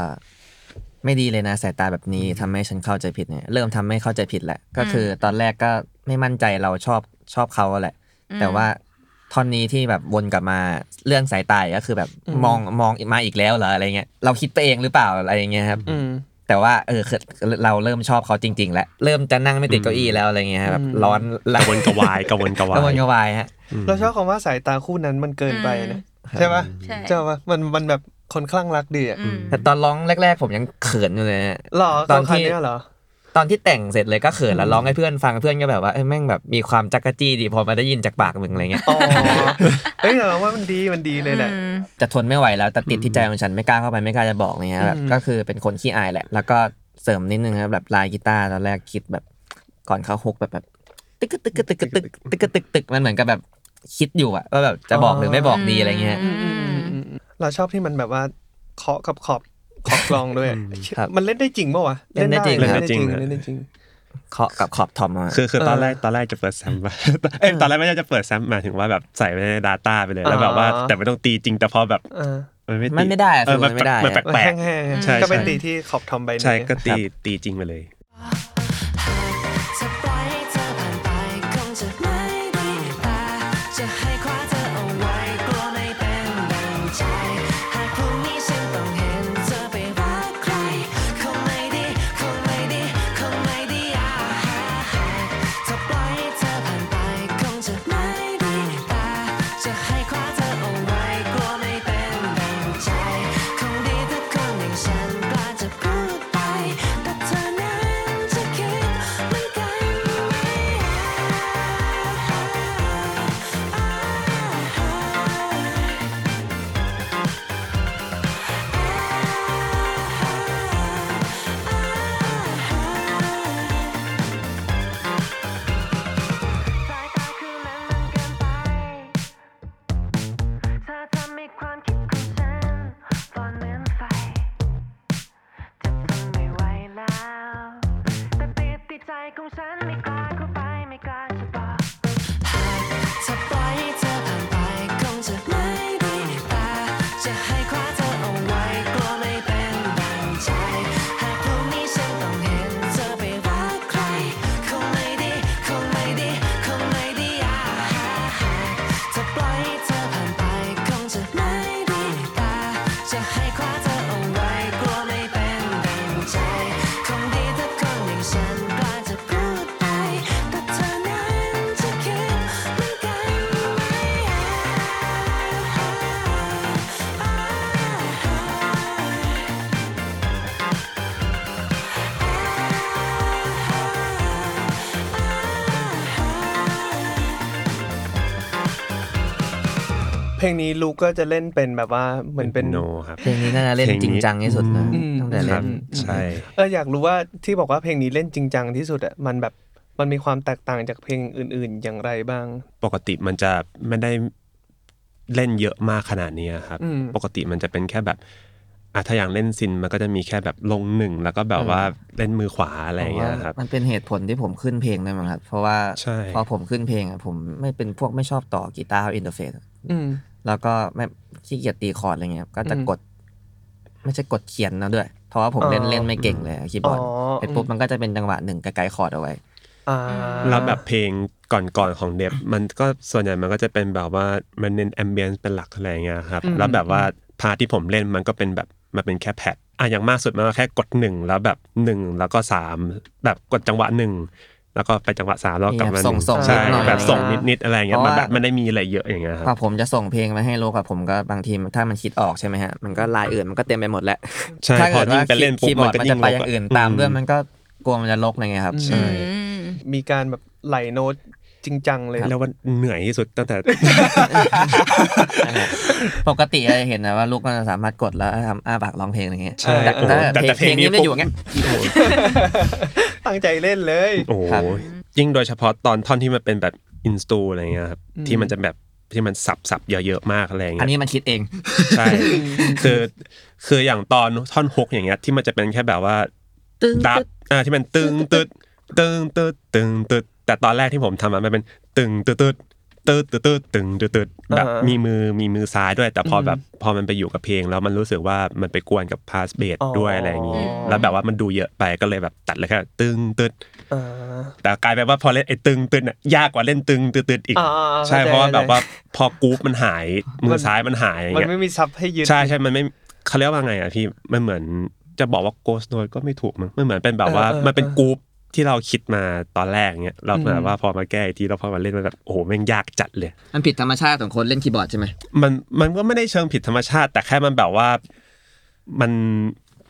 Speaker 3: ไม่ดีเลยนะสายตาแบบนี้ทำให้ฉันเข้าใจผิดเนี่ยเริ่มทำให้เข้าใจผิดแหละก็คือตอนแรกก็ไม่มั่นใจเราชอบชอบเขาแหละ แต่ว่าท่อนนี้ที่แบบวนกลับมาเรื่องสายตาอีกก็คือแบบมองมองมาอีกแล้วเหรออะไรเงี้ยเราคิดไปเองหรือเปล่าอะไรเงี้ยครับ
Speaker 2: อืม
Speaker 3: แต่ว่าเออคือเราเริ่มชอบเขาจริง ๆ แล้ว เริ่มจะนั่งไม่ติดเก้าอี้แล้วอะไรเงี้ยแบบร้อน
Speaker 5: กระวนกระวายกระวนกระวาย
Speaker 3: กระวนกระวายฮะ
Speaker 2: เราชอบคำว่าสายตาคู่นั้นมันเกินไปนะ ใช่ปะ
Speaker 1: ใช่
Speaker 2: เจ้าปะมันมันแบบคนคลั่งรักดีอะ
Speaker 1: อืม
Speaker 3: แต่ตอนร้องแรก ๆ ผมยังเขินอยู่เลยฮะ
Speaker 2: หรอ
Speaker 3: ต
Speaker 2: ต
Speaker 3: อ
Speaker 2: อน น
Speaker 3: ที่
Speaker 2: คันเนี้ยเหรอ
Speaker 3: ตอนที่แต่งเสร็จเลยก็เขินแล้วร้องให้เพื่อนฟังเพื่อนก็แบบว่าเอ้ยแม่งแบบมีความจักกะจี้ดีพอมาได้ยินจากปากมึงอะไรเงี้ย
Speaker 2: อ๋อ เฮ้ยแต่เราว่ามันดีมันดีเลยแหละ
Speaker 3: จะทนไม่ไหวแล้วแต่ติดที่ใจของฉันไม่กล้าเข้าไปไม่กล้าจะบอกเนี่ยแบบ
Speaker 2: อืม
Speaker 3: ก็คือเป็นคนขี้อายแหละ แล้วก็เสริมนิดนึงครับแบบลายกีตาร์ตอนแรกคิดแบบก่อนเข้าฮุกแบบแบบตึกกะตึกกะตึกกะตึกตึกกะตึกตึกมันเหมือนกับแบบคิดอยู่อะว่าแบบจะบอกหรือไม่บอกดีอะไรเงี้ย
Speaker 1: อืมอืมอืม
Speaker 2: เราชอบที่มันแบบว่าเคาะกับขอบขอบกลองด้วยอะ
Speaker 3: ครับ
Speaker 2: มันเล่นได้จริงปะวะ
Speaker 3: เล่นได้จริง
Speaker 2: เล่นได้จริง
Speaker 5: เล่
Speaker 2: เล่
Speaker 5: น
Speaker 2: น
Speaker 5: ได้
Speaker 2: ได้
Speaker 5: จ
Speaker 2: จ
Speaker 5: ริ
Speaker 2: ริ
Speaker 5: ง
Speaker 2: ง
Speaker 3: เคาะกับขอบทอมอะ
Speaker 5: คือคือตอนแรก
Speaker 2: เออ
Speaker 5: ตอนแรกจะเปิดแซมป่ะ เอ้ยตอนแรกไม่ได้จะเปิดแซมหมายถึงว่าแบบใส่ไว้ใน Data ไปเลย แล้วแบบว่า
Speaker 2: อ๋อ
Speaker 5: แต่ไม่ต้องตีจริงแต่พอแบบ
Speaker 2: เออ
Speaker 5: มันไม่ตี
Speaker 3: มันไม่ได้อะ
Speaker 5: เออมัน
Speaker 3: คือมันไม่ได้อะ
Speaker 5: มัน
Speaker 2: มัน
Speaker 5: แปลก
Speaker 2: แห้งๆ
Speaker 5: ใช่
Speaker 2: ก็เป็นตีที่ขอบทอมใบห
Speaker 5: ๆ
Speaker 2: นึ่ง
Speaker 5: ใช่ก็ตี
Speaker 3: ครับ
Speaker 5: ตีจริงไปเลย
Speaker 6: หากจะปล่อยให้เธอผ่านไปคงจะไม่ดีแต่จะให้คว้าเธอเอาไว้กลัวไม่เป็นดังใจ หากพรุ่งนี้ฉันต้องเห็นเธอไปรักใครคงไม่ดีคงไม่ดีคงไม่ดีอ่ะหากจะปล่อยให้เธอผ่านไปคงจะไม่ดีแต่จะให้คว้าเธอเอาไว้กลัวไม่เป็นดังใจ คงดีถ้าคนอย่างฉันกล้าจะพูดไปแต่เธอนั้น จะไม่ดีตาจะให้คว้าเธอเอาไว้กลัวไม่เป็นดังใจ คงดีถ้าคนอย่างฉันกล้าจะพูดไป แต่เธอนั้นจะคิดเหมือนกันไหมอ่ะ
Speaker 2: เพลงนี้ลูกก็จะเล่นเป็นแบบว่าเหมือนเป็น
Speaker 5: โนครับ
Speaker 3: เพลงนี้น่าจะเล่น
Speaker 5: เพลงนี้
Speaker 3: จริงจังที่สุดนะ
Speaker 2: อืม
Speaker 3: ตั้งแต่
Speaker 5: ค
Speaker 3: เล่
Speaker 5: รับ
Speaker 3: น
Speaker 5: ใช่
Speaker 2: เอออยากรู้ว่าที่บอกว่าเพลงนี้เล่นจริงจังที่สุดอ่ะมันแบบมันมีความแตกต่างจากเพลงอื่น ๆ อย่างไรบ้าง
Speaker 5: ปกติมันจะไม่ได้เล่นเยอะมากขนาดนี้ครับ
Speaker 2: อืม
Speaker 5: ปกติมันจะเป็นแค่แบบอ่ะถ้าอย่างเล่นซินมันก็จะมีแค่แบบลงหนึ่งแล้วก็แบบว่าเล่นมือขวาอะไรอย่างเงี้ยครับ
Speaker 3: มันเป็นเหตุผลที่ผมขึ้นเพลงด้วยมั้งครับ เพราะว่า
Speaker 5: ใช่
Speaker 3: พอผมขึ้นเพลงอะผมไม่เป็นพวกไม่ชอบต่อกีตาร์อินเทอร์เฟซ
Speaker 2: อืม
Speaker 3: แล้วก็ไม่ขี้เกียจตีคอร์ดอะไรเงี้ยครับก็จะ
Speaker 2: อืม
Speaker 3: กด ไม่ใช่กดเขียนนะด้วย เพราะว่าผมเล่น
Speaker 2: อ๋อ
Speaker 3: เล่นไม่เก่งเลยอะคีย์บอร์ด
Speaker 2: อ๋อ
Speaker 3: เสร็จปุ๊บมันก็จะเป็นจังหวะหนึ่งไกลๆคอร์ดเอาไว้
Speaker 2: อ่า
Speaker 5: แล้วแบบเพลงก่อนๆของเดฟมันก็ส่วนใหญ่มันก็จะเป็นแบบว่ามันเน้นแอมเบียนซ์เป็นหลักอะไรอย่างเงี้ยครับแล้วแบบว่าพาร์ทที่ผมเล่นมันก็เป็นแบบมันเป็นแค่แพดอ่ะอย่างมากสุดมันก็แค่กดหนึ่งแล้วแบบหนึ่งแล้วก็สามแบบกดจังหวะหนึ่งแล้วก็ไปจังหวะสามแล้วกลับมาหนึ่
Speaker 3: ส่งๆ
Speaker 5: ใช่
Speaker 3: นิดหน่อย
Speaker 5: แบบส่งนิดๆอะไรอย่างเงี้ย
Speaker 3: เพ
Speaker 5: มัน
Speaker 3: ราะว่า
Speaker 5: แบบมันได้มีอะไรเยอะอย่างเงี้ยค
Speaker 3: พอ
Speaker 5: รับ
Speaker 3: ผมจะส่งเพลงมาให้โลกอะผมก็บางทีถ้ามันคิดออกใช่ไหมฮะมันก็ลายอื่นมันก็เต็มไปหมดแล้ว
Speaker 5: ใช่
Speaker 3: ถ้า
Speaker 5: พอ
Speaker 3: เกิด
Speaker 5: ยิ่
Speaker 3: ว่าง
Speaker 5: ไปเล่นปุ๊บ
Speaker 3: คีย์บอ
Speaker 5: มั
Speaker 3: ร์
Speaker 5: น
Speaker 3: ด
Speaker 5: ก็
Speaker 3: มัน
Speaker 5: ยิ่
Speaker 3: จะ
Speaker 5: ง
Speaker 3: ไป
Speaker 5: ลบ
Speaker 3: อย่างอื่นตามด้วยมันก็กลัวมันจะลกอะไรเงี้ยครับ
Speaker 5: ใช่
Speaker 1: อืม
Speaker 2: มีการแบบไหลโน้ตจริงจังเลย
Speaker 5: แล้วว่าเหนื่อยที่สุดตั้งแต่
Speaker 3: ปกติเราจะเห็นนะว่าลูกมันสามารถกดแล้วทำอ้าปากร้องเพลงอะไรเงี้ย
Speaker 5: ใช่
Speaker 3: แต่
Speaker 5: โอ้โหแต่
Speaker 3: แต่
Speaker 5: แต่
Speaker 3: เพลง
Speaker 5: เพลงนี้
Speaker 3: นี้ไม่ได้อยู่อย่างเงี้ย
Speaker 2: ตั้งใจเล่นเลย
Speaker 5: โอ้โห
Speaker 3: ครับ
Speaker 5: ยิ่งโดยเฉพาะตอนท่อนที่มันเป็นแบบอินสตูอะไรเงี้ยครับที่มันจะแบบที่มันสับสับๆเยอะๆมากอะไรเงี้ย
Speaker 3: อันนี้มันคิดเอง
Speaker 5: ใช่ คือคืออย่างตอนท่อนฮุกอย่างเงี้ยที่มันจะเป็นแค่แบบว่า
Speaker 3: ตึ้ง
Speaker 5: ดับอ่าที่มันตึงตึดตึงตึดตึงตึดแต่ตอนแรกที่ผมทำอะมันเป็นตึงตึดตึดตึดตึดตึดตึงตึดตึดแบบ
Speaker 2: อ่ามี
Speaker 5: มีมือมีมือซ้ายด้วย แต่พอแบบพอมันไปอยู่กับเพลงแล้วมันรู้สึกว่ามันไปกวนกับพาสเบส
Speaker 2: อ๋อ
Speaker 5: ด้วยอะไรอย่างงี้แล้วแบบว่ามันดูเยอะไปก็เลยแบบตัดเลยแค่ตึงตึด
Speaker 2: อ่า
Speaker 5: แต่กลายเป็นว่าพอเล่นไอ้ตึงตึดน่ะยากกว่าเล่นตึงตึดตึดอีก
Speaker 2: อ่าอ่า
Speaker 5: ใช่
Speaker 2: เข้าใจ
Speaker 5: เพราะว่าแบบ
Speaker 2: เข้าใจ
Speaker 5: ว่าพอกรูปมันหายมือซ้ายมันหายอย่าง
Speaker 2: มัน
Speaker 5: เงี้ย
Speaker 2: ไม่มีซับให้ยึด
Speaker 5: ใช่ใช่มันไม่เขาเรียกว่าไงอ่ะพี่ มันเหมือนจะบอกว่าโกสโนดก็ไม่ถูกมั้ง มันเหมือนเป็นแบบว่า
Speaker 2: เออเออ
Speaker 5: มันเป็น
Speaker 2: เออก
Speaker 5: รุ๊ปที่เราคิดมาตอนแรกเนี้ย เราแบ
Speaker 2: อื
Speaker 5: บ
Speaker 2: ม
Speaker 5: ว่าพอมาแก้อีกทีแล้วพอมาเล่นมันแบบโอ้โหแม่งยากจัดเลย
Speaker 3: มันผิดธรรมชาติของคนเล่นคีย์บอร์ดใช่ไหม
Speaker 5: มันมันก็ไม่ได้เชิงผิดธรรมชาติ แต่แค่มันแบบว่ามัน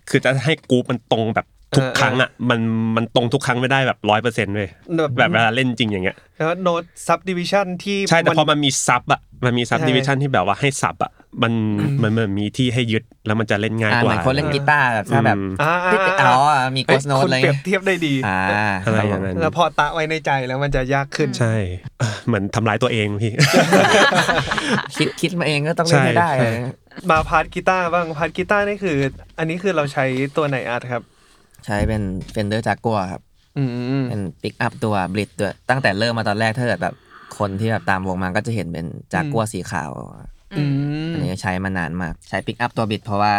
Speaker 5: คือจะให้กรุ๊ปมันตรงแบบทุกครั้งอ่ะ มันมันตรงทุกครั้งไม่ได้แบบร้อยเปอร์เซ็นต์เลย
Speaker 2: แบบ
Speaker 5: แบบเวลาเล่นจริงอย่างเงี้ย
Speaker 2: แล้วโน้ตซับดิวิชั่นที่
Speaker 5: ใช่แต่พอ
Speaker 2: มัน
Speaker 5: มันมีซับอ่ะ มันมีซับ
Speaker 2: ใช่
Speaker 5: ดิวิชันที่แบบว่าให้ซับอ่ะ มันมันเหมือนมีที่ให้ยึดแล้วมันจะเล่นง่าย
Speaker 3: อ่าก เห
Speaker 5: ว่า
Speaker 3: มือนคนเล่นกีตาร์แบบถ้าแบบ
Speaker 2: อ่า
Speaker 3: ติ๊กติ๊กอ๋อมีโก
Speaker 2: เอ้ย
Speaker 3: สโนด
Speaker 2: คุณ
Speaker 3: อะไร
Speaker 2: เปรีย
Speaker 3: เงี้
Speaker 2: บ
Speaker 3: ย
Speaker 2: เทียบได้ดี
Speaker 3: อ่า
Speaker 5: อะไรอย่างนั้น
Speaker 2: แล้วพอตะไว้ในใจแล้วมันจะยากขึ้น
Speaker 5: ใช่ เอ่อเหมือนทำร้ายตัวเองพี่
Speaker 3: คิดคิดมาเองก็ต้องเล่นให้ได้
Speaker 5: ใช่ใช่
Speaker 2: มาพาร์ทกีตาร์บ้างพาร์ทกีตาร์นี่คือ อันนี้คือเราใช้ตัวไหนอาร์ตครับ
Speaker 3: ใช้เป็นเฟนเดอร์จากัวครับ
Speaker 2: อืม
Speaker 3: เป็นปิกอัพตัวบลิดด้วยตั้งแต่เริ่มมาตอนแรกถ้าเกิดแบบคนที่แบบตามวงมาก็จะเห็นเป็นจากัวสีขาว
Speaker 2: อืม
Speaker 3: อันนี้ใช้มานานมาก ใช้ปิกอัพตัวบิดเพราะว่า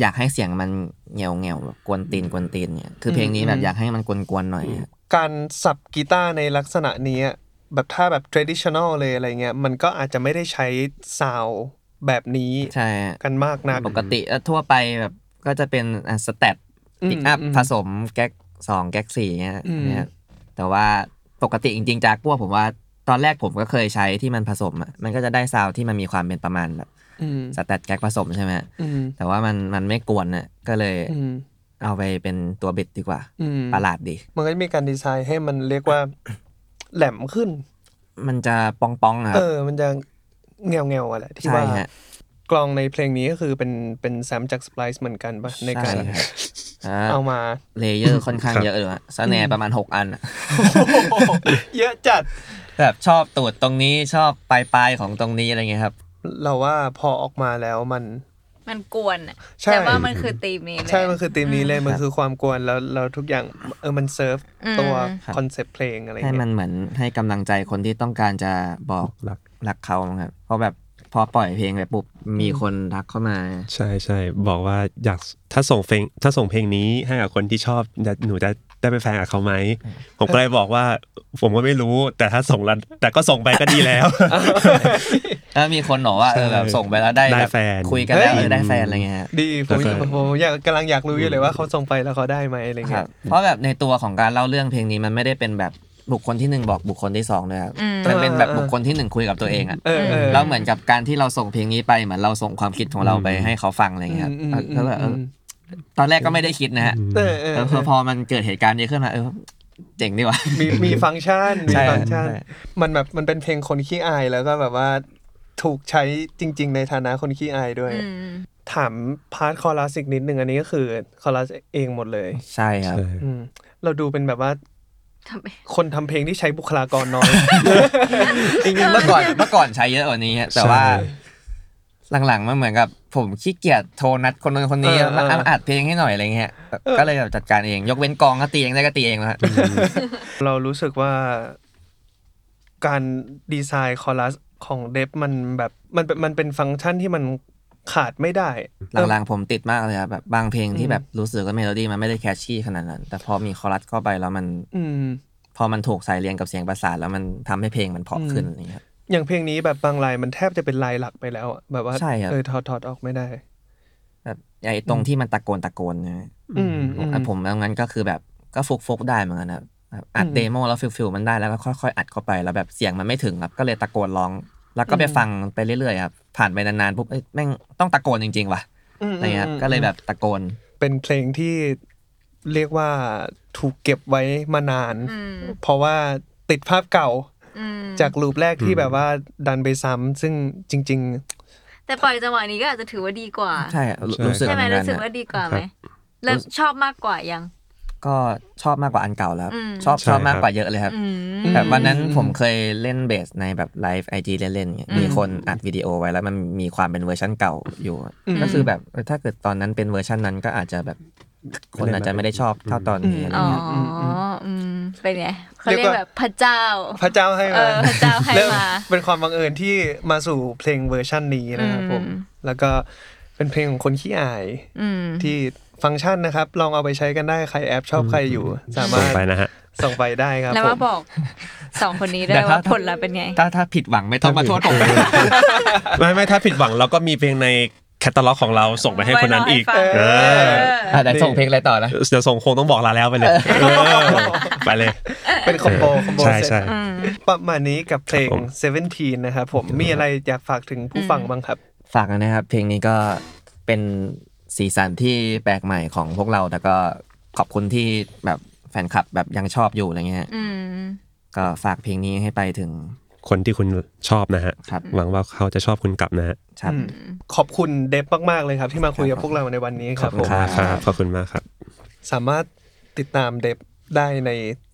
Speaker 3: อยากให้เสียงมันเงียวเงียวๆแบบกวนตีนกวนตีนเนี่ยคือเพลงนี้แบบอยากให้มันกวนกวนๆหน่อยครับ
Speaker 2: การสับกีตาร์ในลักษณะนี้อะแบบถ้าแบบ traditional เลยอะไรเงี้ย มันก็อาจจะไม่ได้ใช้ซาวด์แบบนี้
Speaker 3: ใช่ฮะ
Speaker 2: กันมากนัก
Speaker 3: ปกติทั่วไปแบบก็จะเป็นสเตต
Speaker 2: อืม
Speaker 3: ปิกอัพ
Speaker 2: อืม
Speaker 3: ผสมแก๊กสองแก๊กสี่เงี้ย
Speaker 2: อืม
Speaker 3: เนี่ยแต่ว่าปกติจริง ๆ จากัวผมว่าตอนแรกผมก็เคยใช้ที่มันผสมอะมันก็จะได้ซาวด์ที่มันมีความเป็นประมาณแบบ
Speaker 2: อืม
Speaker 3: สเตตแก๊กผสมใช่ไหมฮะ
Speaker 2: อืม
Speaker 3: แต่ว่ามันมันไม่กวนน่ะก็เลย
Speaker 2: อืม
Speaker 3: เอาไปเป็นตัวบิดดีกว่า
Speaker 2: อืม
Speaker 3: ประหลาดดี
Speaker 2: มันก็จะมีการดีไซน์ให้มันเรียกว่า แหลมขึ้น
Speaker 3: มันจะปองปองๆอะค
Speaker 2: เอ
Speaker 3: รับ
Speaker 2: อ มันจะเงวเงวๆอะไรที่
Speaker 3: ใช่
Speaker 2: ว่า
Speaker 3: ฮะ
Speaker 2: กลองในเพลงนี้ก็คือเป็นเป็นแซมจาก Splice เหมือนกันปะในการ
Speaker 3: ช่ครับอ่า
Speaker 2: เอา มา
Speaker 3: เลเยอร์ค่อนข้างเยอะเลยอะสแนร์ประมาณ 6 อันอะ
Speaker 2: เยอะจัด
Speaker 3: แบบชอบตูดตรงนี้ชอบปลายปลายๆของตรงนี้อะไรเงี้ยครับ
Speaker 2: เราว่าพอออกมาแล้วมัน
Speaker 1: มันกวนอะ
Speaker 2: ใช่
Speaker 1: แต่ว่ามันคือตีมนี้เลย
Speaker 2: ใช่ มันคือธีมนี้เลย มันคือความกวนแล้วเราทุกอย่างเออมันเซิร์ฟตัว
Speaker 3: ครับ
Speaker 2: คอนเซปต์เพลงอะไร
Speaker 3: ให้
Speaker 2: เงี้
Speaker 3: มัน
Speaker 2: ย
Speaker 3: เหมือนให้กำลังใจคนที่ต้องการจะบอก
Speaker 5: รัก
Speaker 3: รักเขาครับ เพราะแบบพอปล่อยเพลงไปปุ๊บมีคนรักเข้ามา
Speaker 5: ใช่ใช่บอกว่าอยากถ้าส่งเพลงถ้าส่งเพลงนี้ให้กับคนที่ชอบจะหนูจะได้ไปแฟนกับเขาไหม ผมก็เลยบอกว่า ผมก็ไม่รู้ แต่ถ้าส่งแล้วแต่ก็ส่งไปก็ดีแล้ว
Speaker 3: แล้วมีคนบอกว่าเออแบบส่งไปแล้วได้
Speaker 5: ได้
Speaker 3: บบ
Speaker 5: แฟน
Speaker 3: คุยกันแล้ว
Speaker 2: เฮ้ย
Speaker 3: เออได้แฟนอะไรเงี้ยฮะ
Speaker 2: ดีผม
Speaker 5: แล้วก็
Speaker 2: ผมอยากกำลังอยากรู้อยู่เลยว่าเขาส่งไปแล้วเขาได้ไหมอะไร
Speaker 3: ค
Speaker 2: เงี้
Speaker 3: รับ
Speaker 2: ย
Speaker 3: เพราะแบบในตัวของการเล่าเรื่องเพลงนี้มันไม่ได้เป็นแบบบุคคลที่หนึ่งบอกบุคคลที่สองเลยครับ
Speaker 1: อืม
Speaker 3: มันเป็นแบบบุคคลที่หนึ่งคุยกับตัวเองอะ
Speaker 2: เออเออ
Speaker 3: แล้วเหมือนกับการที่เราส่งเพลงนี้ไปเหมือนเราส่งความคิดของเราไปให้เขาฟังอะไรอย่างเงี้ยครับ
Speaker 2: อืมอืมอืม
Speaker 3: แล้วแบบเออตอนแรกก็ไม่ได้คิดนะฮะ
Speaker 2: เออเออ
Speaker 3: แล้วพอพอมันเกิดเหตุการณ์นี้ขึ้นมาเออเจ๋งดีว่ะ
Speaker 2: มีมีฟังก์ชันมี
Speaker 3: ใช่
Speaker 2: ฟังก์ชัน
Speaker 3: ใช่
Speaker 2: มันแบบมันเป็นเพลงคนขี้อายแล้วก็แบบว่าถูกใช้จริง ๆ ในฐานะคนขี้อายด้วย
Speaker 1: อืม
Speaker 2: ถามพาร์ทคอรัสอีกนิดหนึ่งอันนี้ก็คือคอรัสเองหมดเลย
Speaker 3: ใช่ครับ
Speaker 5: ใช่
Speaker 2: อืมเราดูเป็นแบบว่า
Speaker 1: ทำไม
Speaker 2: คนทำเพลงที่ใช้บุคลากรน้อย
Speaker 3: จริงๆเมื่อก่อนเมื่อก่อนใช้เยอะกว่านี้ฮะแต่ว่า หลังๆมันเหมือนกับผมขี้เกียจโทรนัดคนนู้นคนนี้
Speaker 2: เออเออ
Speaker 3: มาอัดเพลงให้หน่อยอะไรเงี้ยก็เลยแบบจัดการเอง ยกเว้นกองก็ตีเองได้ก็ตีเองนะฮะ
Speaker 2: เรารู้สึกว่าการดีไซน์คอรัสของเดฟมันแบบมันเป็นมันเป็นฟังก์ชันที่มันขาดไม่ได้
Speaker 3: หลังๆผมติดมากเลยครับแบบบางเพลงที่แบบรู้สึกว่าเมโลดี้มันไม่ได้แคชชี่ขนาดนั้น แต่พอมีคอรัสเข้าไปแล้วมัน
Speaker 2: อืม
Speaker 3: พอมันถูกใส่เรียงกับเสียงประสานแล้วมันทำให้เพลงมันเพราะขึ้นอะไรเงี้ยครับ
Speaker 2: อย่างเพลงนี้แบบบางลายมันแทบจะเป็นลายหลักไปแล้วอะแบบว่า
Speaker 3: ใช่ครับ
Speaker 2: เออถอดถอดออกไม่ได้
Speaker 3: แบบไอ้ตรงที่มันตะโกนตะโกนนะฮะ
Speaker 2: อืมอืม
Speaker 3: อ่ะผมแล้วงั้นก็คือแบบก็ฟุกฟุกๆได้เหมือนกันนะครับแบบอัด
Speaker 2: อืม
Speaker 3: เดโมแล้วฟิลฟิลมันได้แล้วก็ค่อยๆอัดเข้าไปแล้วแบบเสียงมันไม่ถึงครับก็เลยตะโกนร้อง แล้วก็ไปฟังไปเรื่อยๆครับผ่านไปนานๆปุ๊บเอ้ยแม่งต้องตะโกนจริงๆว่ะ
Speaker 2: ม
Speaker 3: อะไรเงี้ยครับ
Speaker 2: ม
Speaker 3: ก็เลยแบบตะโกน
Speaker 2: เป็นเพลงที่เรียกว่าถูกเก็บไว้มานาน
Speaker 1: อืม
Speaker 2: เพราะว่าติดภาพเก่า
Speaker 1: อืม
Speaker 2: จากรูปแรกที่แบบว่าดันไปซ้ำซึ่งจริง
Speaker 1: แต่ปล่อยจังหวะนี้ก็อาจจะถือว่าดีกว่า
Speaker 3: ใช่อะรู้รู้สึก
Speaker 1: ใช่
Speaker 3: เห
Speaker 1: ไหม
Speaker 3: มือนกัน
Speaker 1: รู้สึกว่า
Speaker 3: นะ
Speaker 1: ดีกว่าไหม
Speaker 5: ครับ
Speaker 1: เริ่ม
Speaker 3: รู้สึก
Speaker 1: ชอบมากกว่ายัง
Speaker 3: ก็ชอบมากกว่าอันเก่าแล้วครับ
Speaker 1: อืม
Speaker 3: ชอบ
Speaker 5: ใช่
Speaker 3: ชอบมาก
Speaker 5: ครับ
Speaker 3: กว่าเยอะเลยครับ
Speaker 1: อืม
Speaker 3: แบบวันนั้น
Speaker 2: อืม
Speaker 3: ผมเคยเล่นเบสในแบบไลฟ์ไอจีเล่นๆเงี้ย
Speaker 1: อืม
Speaker 3: มีคนอัดวิดีโอไว้แล้วมันมีความเป็นเวอร์ชันเก่าอยู่อะก็คือแบบเออถ้าเกิดตอนนั้นเป็นเวอร์ชันนั้นก็อาจจะแบบคนอาจจะไม่ได้ชอบเท่าตอนนี้อะไร
Speaker 1: อ๋อ
Speaker 3: เงี้ย
Speaker 1: ออืมเป็นไงเขาเรียกแบบพระเจ้า
Speaker 2: ๆ พระเจ้าให้
Speaker 1: เออ
Speaker 2: มา
Speaker 1: พระเจ้าให้
Speaker 2: เริ่ม
Speaker 1: มา
Speaker 2: เป็นความบังเอิญที่มาสู่เพลงเวอร์ชันนี้นะครับผม
Speaker 1: อืม
Speaker 2: แล้วก็เป็นเพลงของคนขี้อาย
Speaker 1: อืม
Speaker 2: ที่ฟังก์ชันนะครับ ลองเอาไปใช้กันได้ใครแอปชอบใครอยู่ สามา
Speaker 5: ส่ง
Speaker 2: รถ
Speaker 5: ไปนะฮะ
Speaker 2: ส่งไปได้ครับ
Speaker 1: แล้
Speaker 2: ผม
Speaker 1: วาม บอกสองคนนี้ด้วย
Speaker 3: แต่ถ้
Speaker 1: ว่าผลลัพธ์เป็นไง
Speaker 3: ถ้าถ้าผิดหวังไม่ต้องมาโทษผม
Speaker 5: ไม่ไม่ถ้าผิดหวังเราก็มีเพลงในแคตตาล็อกของเราส่งไปให้คนนั้นอีก
Speaker 1: ไว้รให้ฟัง
Speaker 5: เออ
Speaker 1: เออ
Speaker 3: อ่ะแต่ส่งเพลงอะไรต่อนะ
Speaker 5: เดี๋ยวส่งคงต้องบอกลาแล้วไปเลยเออไปเลย
Speaker 2: เป็นคอมโบคอมโบ
Speaker 5: ใช่
Speaker 2: เซ
Speaker 5: ใช่
Speaker 2: ตประมาณนี้กับเพลง
Speaker 5: ครับผม
Speaker 2: 17 นะครับผมมีอะไรอยากฝากถึงผู้ฟังบ้างครับ
Speaker 3: ฝากนะครับ เพลงนี้ก็เป็นสีสันที่แปลกใหม่ของพวกเราแต่ก็ขอบคุณที่แบบแฟนคลับแบบยังชอบอยู่อะไรเงี้ย
Speaker 1: อืม
Speaker 3: ก็ฝากเพลงนี้ให้ไปถึง
Speaker 5: คนที่คุณชอบนะฮะ
Speaker 3: ครับ
Speaker 5: หวังว่าเขาจะชอบคุณกลับนะฮะ
Speaker 3: ครับ
Speaker 2: ขอบคุณเดฟมาก ๆ เลยครับ ที่มาคุยกับพวกเราในวันนี้ครับผม
Speaker 3: ขอบคุณครับ
Speaker 5: ครับขอบคุณมากครับ
Speaker 2: สามารถติดตามเดฟได้ใน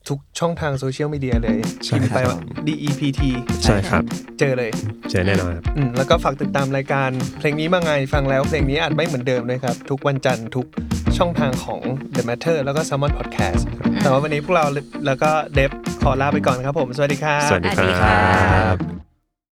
Speaker 2: ทุกช่องทางโซเชียลมีเดียเลย
Speaker 5: ใช่
Speaker 2: พิมพ์ไป
Speaker 5: ครับ
Speaker 2: ว่า DEPT
Speaker 5: ใช่ครับ
Speaker 2: เจอเลย
Speaker 5: เจอแน่นอนครับ
Speaker 2: อืมแล้วก็ฝากติดตามรายการ เพลงนี้มาไงฟังแล้ว เพลงนี้อาจไม่เหมือนเดิมด้วยครับ ทุกวันจันทร์ทุกช่องทางของ The Matter แล้วก็ s ซ m o n Podcast แต่ว่าวันนี้พวกเราแล้วก็เดฟขอลาไปก่อนครับผมสวัสดีครับ
Speaker 5: สวัสดีค
Speaker 1: ส
Speaker 5: รั
Speaker 1: วัสดีครับ บ